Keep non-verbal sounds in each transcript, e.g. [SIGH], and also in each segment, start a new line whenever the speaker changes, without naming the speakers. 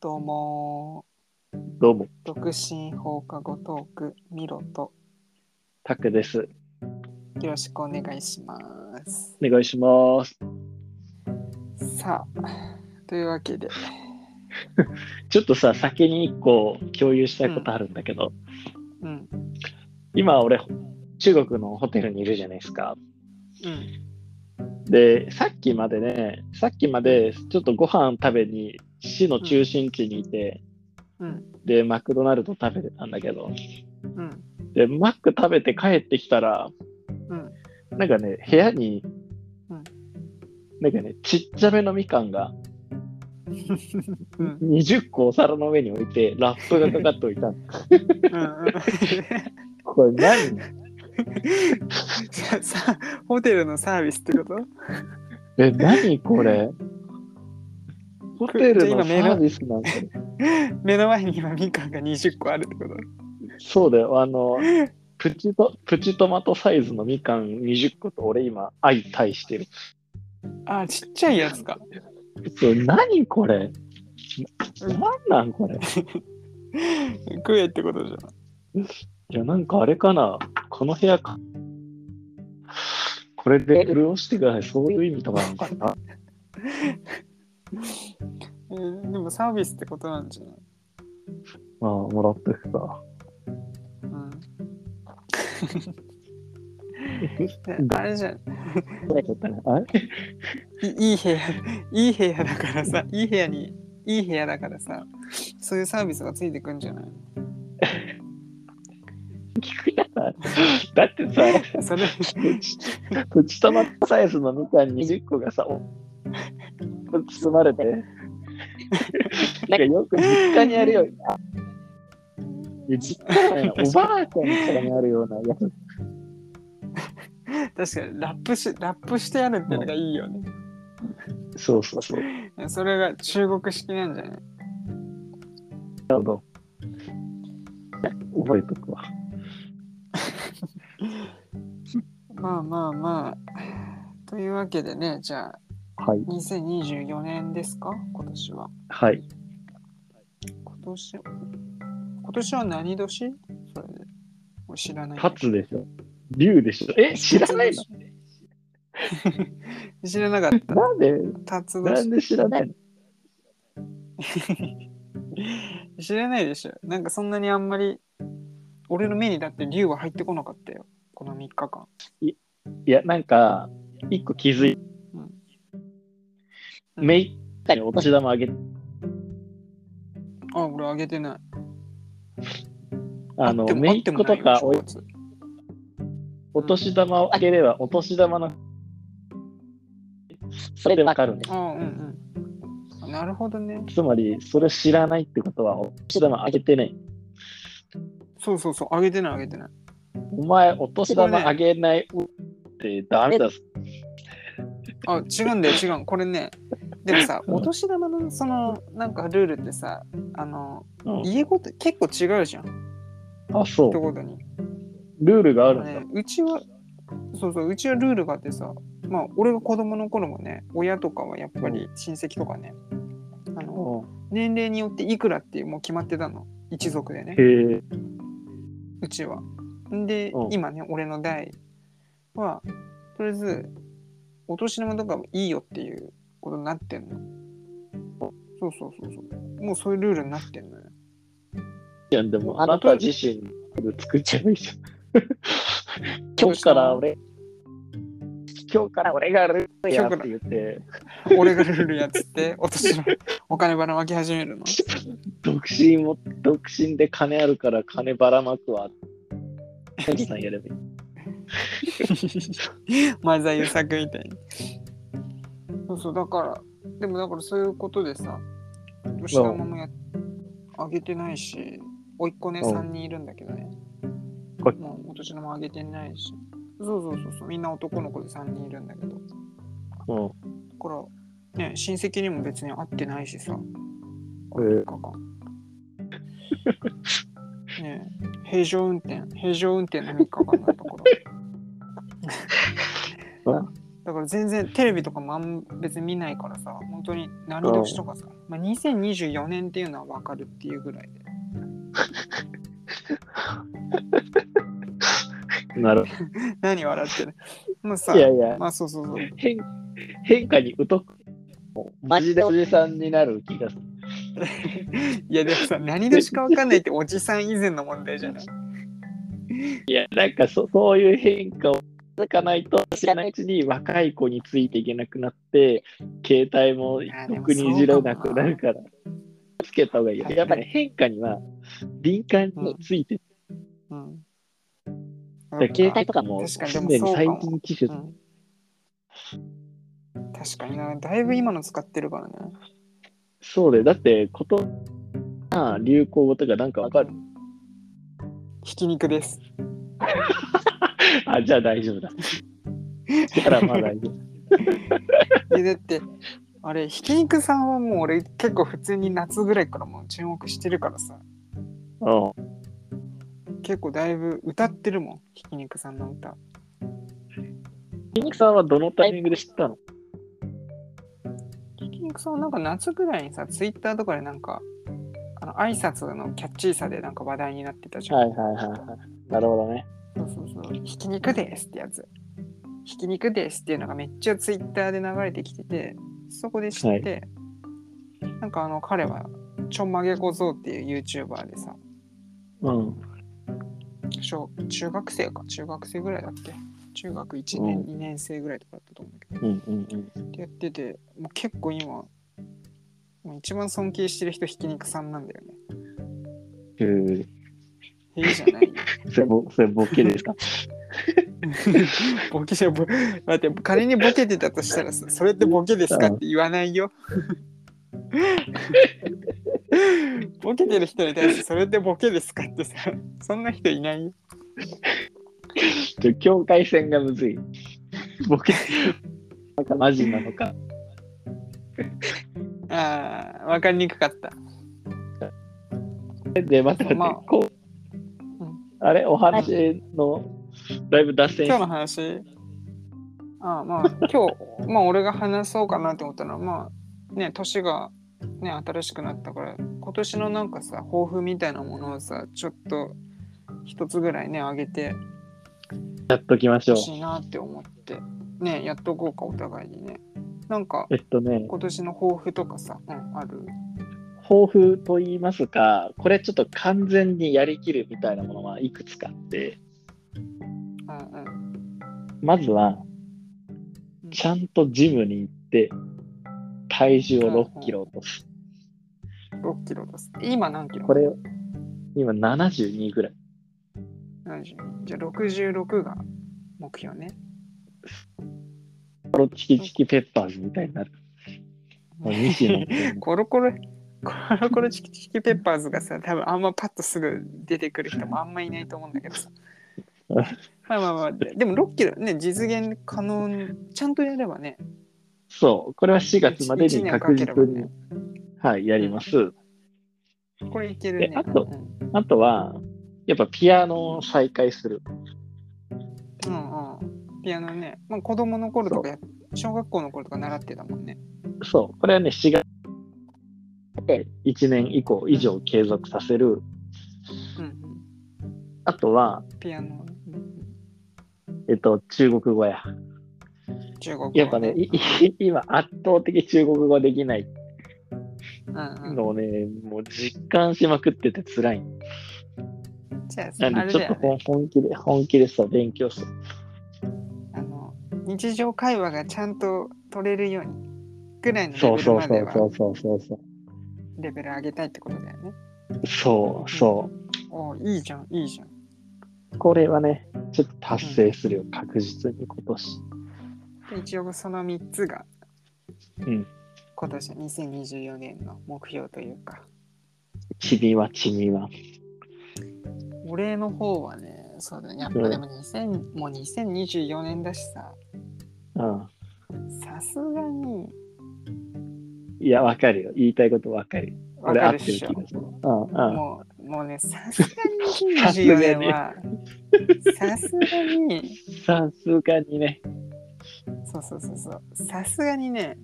どうも
どうも、
ー、独身放課後トーク、ミロと
タクです。
よろしくお願いします。
お願いします。
さあ、というわけで、
ちょっとさ、先に一個共有したいことあるんだけど、
うん、
今俺、中国のホテルにいるじゃないですか。
うん、
で、さっきまでね、さっきまでちょっとご飯食べに、市の中心地にいて、
うん、
で、マクドナルド食べてたんだけど、
うん、
で、マック食べて帰ってきたら、
うん、
なんかね、部屋に、
うん
なんかね、ちっちゃめのみかんが
うん、
20個お皿の上に置いて、ラップがかかっておいたの
うん。 [LAUGHS]
これ何
ささホテルのサービスってこと
え、何これホテルの
今
サ
メール
ービスなんか
目の前に今みかんが20個あるってこと
そうだよ、あの、プチトプチトマトサイズのみかん20個と俺今相対してる。
あー、ちっちゃいやつか。
そう何これ何なんこれ
食えってことじゃん。
いや、なんかあれかなこの部屋か。これで潤してください。そういう意味とかなのかな
えーでもサービスってことなんじゃない
まあ、もらっとくか。
[LAUGHS] うんあれじゃん
あれ
いいい部屋いい部屋だからさいい部屋にいい部屋だからさそういうサービスがついてくんじゃない
聞くやな。 [LAUGHS] だって
そ
さ。
れ
[LAUGHS] プチプチトマトサイズのみかん20個がさ、お包まれ [LAUGHS] て、なんかよく実家にあるような、いや実家じゃないなおばあちゃん家にあるようなやつ、
確かにラップしラップしてあるってのがいいよね
そうそうそう、
それが中国式なんじゃない
なるほど。覚えとくわ。
まあまあまあというわけでねじゃあ
はい、
2024年ですか今年は
はい。
今年今年は何年それでもう知らない
立つでしょ。竜でしょ。え、知らないの
[LAUGHS] 知らなかっ
[LAUGHS] なんで、
た。辰
な
年
んで知らないの
知らないでしょ。なんかそんなにあんまり、俺の目にだって竜は入ってこなかったよ。この3日間。
いや、なんか、一個気づい
うん
めいったにお年玉あげて
あ、俺あげてない。
あの、
っても
めいっ子とかお、
あってもないよ正月
お年玉をあげれば、お年玉の、それでわかるね。
あうんうんあ。なるほどね。
つまり、それ知らないってことは、お年玉あげてない。
そうそうそう、あげてないあげてない。
お前、お年玉あげないってダメだぞ。
あ、違うんだよ、違うん。これね。でもさ、
うん
お年玉のその、なんかルールってさ、あの、
うん
家ごと結構違うじゃん。って
あ、そ
ことに。
う。ルールがあるんだ。
ね、うちはそうそううちはルールがあってさまあ俺が子供の頃もね親とかはやっぱり親戚とかねあの
うん
年齢によっていくらっていうもう決まってたの一族でね
へえ。
うちはんで
うん
今ね俺の代はとりあえずお年玉とかもいいよっていうことになってんのそうそうそうそうもうそういうルールになってんのよ
いや、でも、あなた自身、作っちゃえばいいじゃん。今日から俺、今日から俺がルールやって言って、 [LAUGHS]
俺がルールやっつってお年玉お金ばらまき始めるの
独身も、独身で金あるから金ばらまくわ。おじさんやればいい。
[LAUGHS] 漫才優作みたいにそうそうだからでもだからそういうことでさ吉田マもやあげてないし甥っ子ね
うん
3人いるんだけどね
はい
もうお年玉あげてないしそうそうそうそうみんな男の子で3人いるんだけどだ
うん。
からね親戚にも別に会ってないしさこ
え
の
え
3日
[LAUGHS]
間ねえ平常運転平常運転の3日間だったからだから全然テレビとかもあん別に見ないからさ本当に何年とかさ、まあ、2024年っていうのは分かるっていうぐらい [LAUGHS] で
なるほ
何笑ってるもうさ
ど。いやいや、
まあそうそうそう
変変化に疎く。マジでおじさんになる気がする。
いやでもさ何年か分かんないっておじさん以前の問題じゃない
いや、なんかそ [LAUGHS] そういう変化を続かないと、知らないうちに若い子についていけなくなって、携帯も
や
特にいじらなくなるから、つけた方がいいよ。やっぱり変化には敏感について、
うん
だから携帯とかも
確かにで
常
も
に
そうか
最
も
近機種、
うん確かになだいぶ今の使ってるからね
そうで、だってこと、あ流行語とかなんかわかる
ひき肉です
あ、じゃあ大丈夫だ。だからまあ大丈夫。
いやだってあれひき肉さんはもう俺結構普通に夏ぐらいからもう注目してるからさ
うん
結構だいぶ歌ってるもんひき肉さんの歌
筋肉さんはどのタイミングで知ったの
ひき肉さんはなんか夏ぐらいにさツイッターとかでなんかあの挨拶のキャッチーさでなんか話題になってたじゃん、
はいはいはいはい。なるほどね。
そうそうそうひき肉ですってやつひき肉ですっていうのがめっちゃツイッターで流れてきててそこで知って、なんかあの彼はちょんまげ小僧っていう YouTuber でさ
うん。
小中学生か中学生ぐらいだっけ中学1年、
うん
2年生ぐらいとかだったと思うんだけ
うんうんうん。
どってやっててもう結構今もう一番尊敬してる人ひき肉さんなんだよね
えー、
いいじゃないよ
それボそれボケですか [LAUGHS]
ボケじゃボ待って仮にボケてたとしたらさそれってボケですかって言わないよボケてる人に対してそれってボケですかってさそんな人いないよ
ちょ境界線がむずい。 [LAUGHS] ボケ。なんかマジなのか。
ああ分かりにくかった
で、また待って、
まあ
こう
うん
あれ、お話の、だいぶ脱線
今日の話ああまあ今日まあ俺が話そうかなって思ったのはまあね年がね新しくなったから今年のなんかさ抱負みたいなものをさちょっと一つぐらいね上げて
やっときましょう
ほ。しいなって思ってねやっとこうかお互いにねなんか
えっとね、
今年の抱負とかさ、うん、ある
抱負と言いますか、これちょっと完全にやりきるみたいなものはいくつかあって、
うんうん
まずは、
うん
ちゃんとジムに行って、体重を6キロ落とす。
6キロです今何キロ
これ、今72ぐらい。
72じゃあ66が目標ね
コロチキチキペッパーズみたいになる。もう2期の
コロコロ、コロコロチキチキペッパーズがさ、多分あんまパッとすぐ出てくる人もあんまいないと思うんだけど
[LAUGHS]
さ。まあまあまあ、ででも6キロね、実現可能、ちゃんとやればね。
そう、これは4月までに確実
一年かけ
に
ればね、
はい、やります。
これいけるね。
えあと
うん
あとは、やっぱピアノを再開する。
うんうん。ピアノね、まあ、子供の頃とかや、小学校の頃とか習ってたもんね。
そう、これはね、4月で1年以降以上継続させる。
うんうん。
あとは、
ピアノ、うん
えっと、中国語や。
中国語、
やっぱね、いい今圧倒的中国語できない
うん
のをね、もう実感しまくってて辛い。
うん。じゃあさ、
な
あ
ん
れ
でちょ
だ
っと
よね。
本本気で、本気でさ、勉強する。
あの日常会話がちゃんと取れるようにぐらいのレ
そう
ベル
そう
ま
そ
で
う
は
そうそうそうそう。
レベル上げたいってことだよね。
そうそ
おーいいじゃん、いいじゃん。
う。これはね、ちょっと達成するよ、確実に今年。
で一応その3つが、
ん
今年2024年の目標というか、
君は君は。
俺の方はね、そうだね、やっぱでも2000もう2024年だしさ、
うん。
さすがに
いや、わかるよ。言いたいことわかるよ。
わ
俺
か
合っ
るって
る
し
気
ょ。
がする。うんうん。
もうもうね、さすがに2024年は、さすがに、
さすがにね、
そうそうそうそうそうさすがにね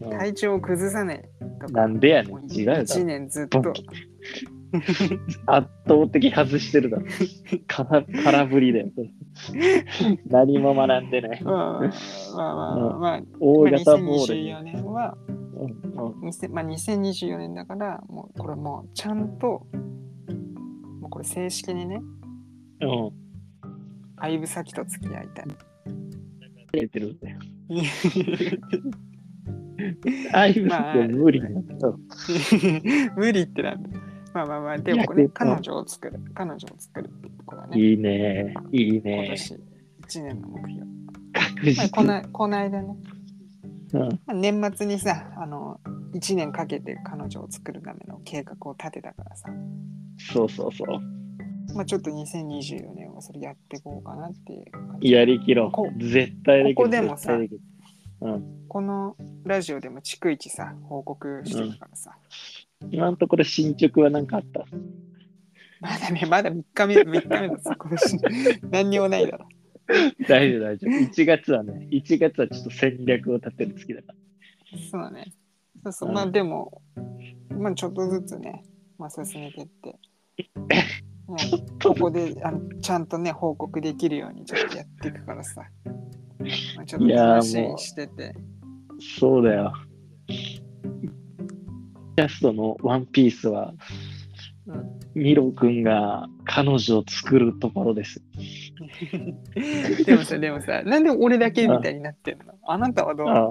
うん
体調を崩さねえと
な
か
んでやね。
もうん
違うだろ。
1年ずっ
ド
と
ンキ圧倒的外してるだろ。から空振りだよ。何も学んでない。
まあまあまあまあ、まあ、
大型ボールに。
2024年は、
うんうん
にせまあ、2024年だからもうこれもうちゃんともうこれ正式にね
うん。
相武咲と付き合いたい。
出てるん
[LAUGHS]
だよ。ああいうのって無理だよ。
無理ってなんだ。まあまあまあ、でもこ
い
れ
や
彼女を作る。彼女を作るってとこだね。
いいね。いい
今
ね。
年1年の目標。
確
まあ、
実。
このこの間ね、
うん
まあ、年末にさ、あの、1年かけて彼女を作るための計画を立てたからさ、
そうそうそう。
まあちょっと2024年はそれやっていこうかなっていう感じ
やりきろ
こ
う。絶対できる。
ここでもさ
絶対できる
このラジオでも逐一さ、報告してたからさ、
今のところ進捗は何かあった。 [LAUGHS]
まだね、まだ3日目、3日目だぞ、今年。何にもないだろ。
大丈夫大
[LAUGHS]
丈夫。1月はね、1月はちょっと戦略を立てる月だから。
そうだね。そうそう。
うん
まあでも、まあちょっとずつね、まあ進めて
[LAUGHS]
って。もうここであのちゃんとね、報告できるようにちょっとやっていくからさ。まあ、ちょっ
い
と
やー
楽
も
し
う
してて。
そうだよ。キャストのワンピースは、
うん、
ミロ君が彼女を作るところです。
でもさ、でもさ、なんで俺だけみたいになってんのあなたはどう
ああ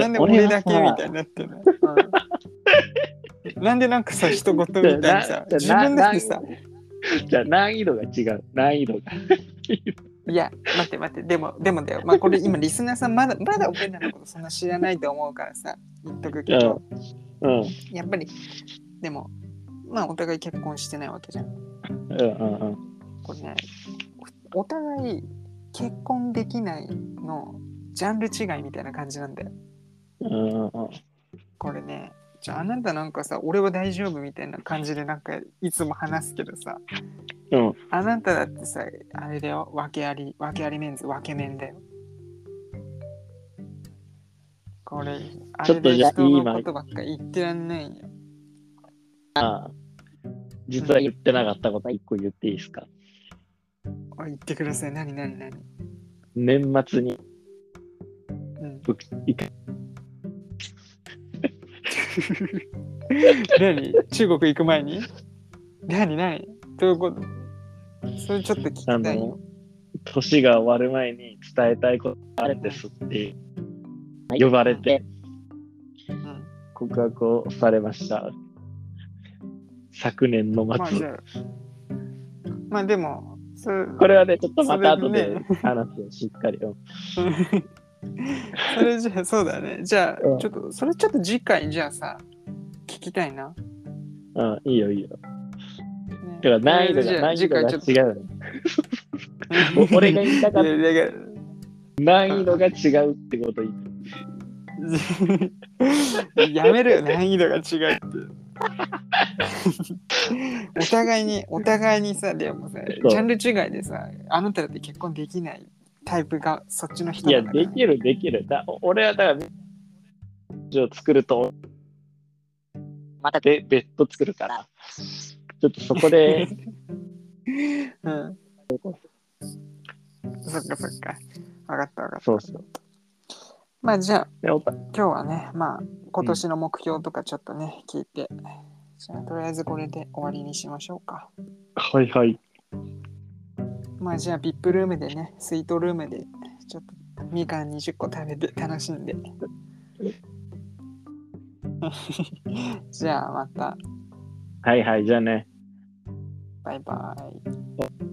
なんで俺だけみたいになってんの、うんなんでなんかさ、人ごとみたいにさ、自分だけさ、。
じゃあ難易度が違う。難易度が。
いや、待って待って、でも、でもだよ。まあ、これ今、リスナーさん、まだ、まだ俺らのことそんな知らないと思うからさ、言っとくけど、
うん。うん
やっぱり、でも、まあ、お互い結婚してないわけじゃん。
うんうん。
これね、おお互い結婚できないの、ジャンル違いみたいな感じなんだよ。
うんうんうん、
これね、じゃあ、あなたなんかさ、俺は大丈夫みたいな感じで、なんか、いつも話すけどさ、
うん
あなただってさ、あれだよ、訳あり、訳ありメンズ、訳面だよ。これ、あ
ちょ
れ
っと
で
じゃあ
人の
今
ことばっか言ってらんないよ。
ああ実は言ってなかったこと一個言っていいですか
あ言ってください、何何何。
年末に
うん、
僕一回
[LAUGHS] 何中国行く前に何何どういうことそれちょっと聞き
あ
たいよ
の。年が終わる前に伝えたいことがあるんですって呼ばれて
うん
告白をされました昨年の
まあ
末、
じゃあまあでも、それ
これはねちょっとまた後
それ
で
ね
話すよしっかりよ
[LAUGHS] それじゃあそうだね。じゃ
うん
あちょっとそれちょっと次回じゃあさ聞きたいな。
うんいいよいいよ
ね
だから難易度
それじゃ
が
あ
難易度が
次回ち
違うね
ょっ
お [LAUGHS]
と
俺が言いたかった
いやだか
難易度が違うってこと言っ
ら
て
[LAUGHS] やめるよ難易度が違うって。 [LAUGHS] お互いにお互いにさでもさ
そう
ジャンル違いでさあなただって結婚できないタイプがそっちの人
い
な
や
んだから
できるできるだお俺はだから彼女を作るとまたで別途作るからちょっとそこ
[LAUGHS]
で
うん。そっかそっか。わかったわかった。
そうそう
まあじゃあ
でおた
今日はね、まあ、今年の目標とかちょっとね、聞いて、じゃあ、とりあえずこれで終わりにしましょうか。
はいはい
まあ、じゃあ、VIP ルームでね、スイートルームで、ちょっと、みかん20個食べて楽しんで。 [LAUGHS] じゃあ、また、
はいはいじゃあね
バイバイ。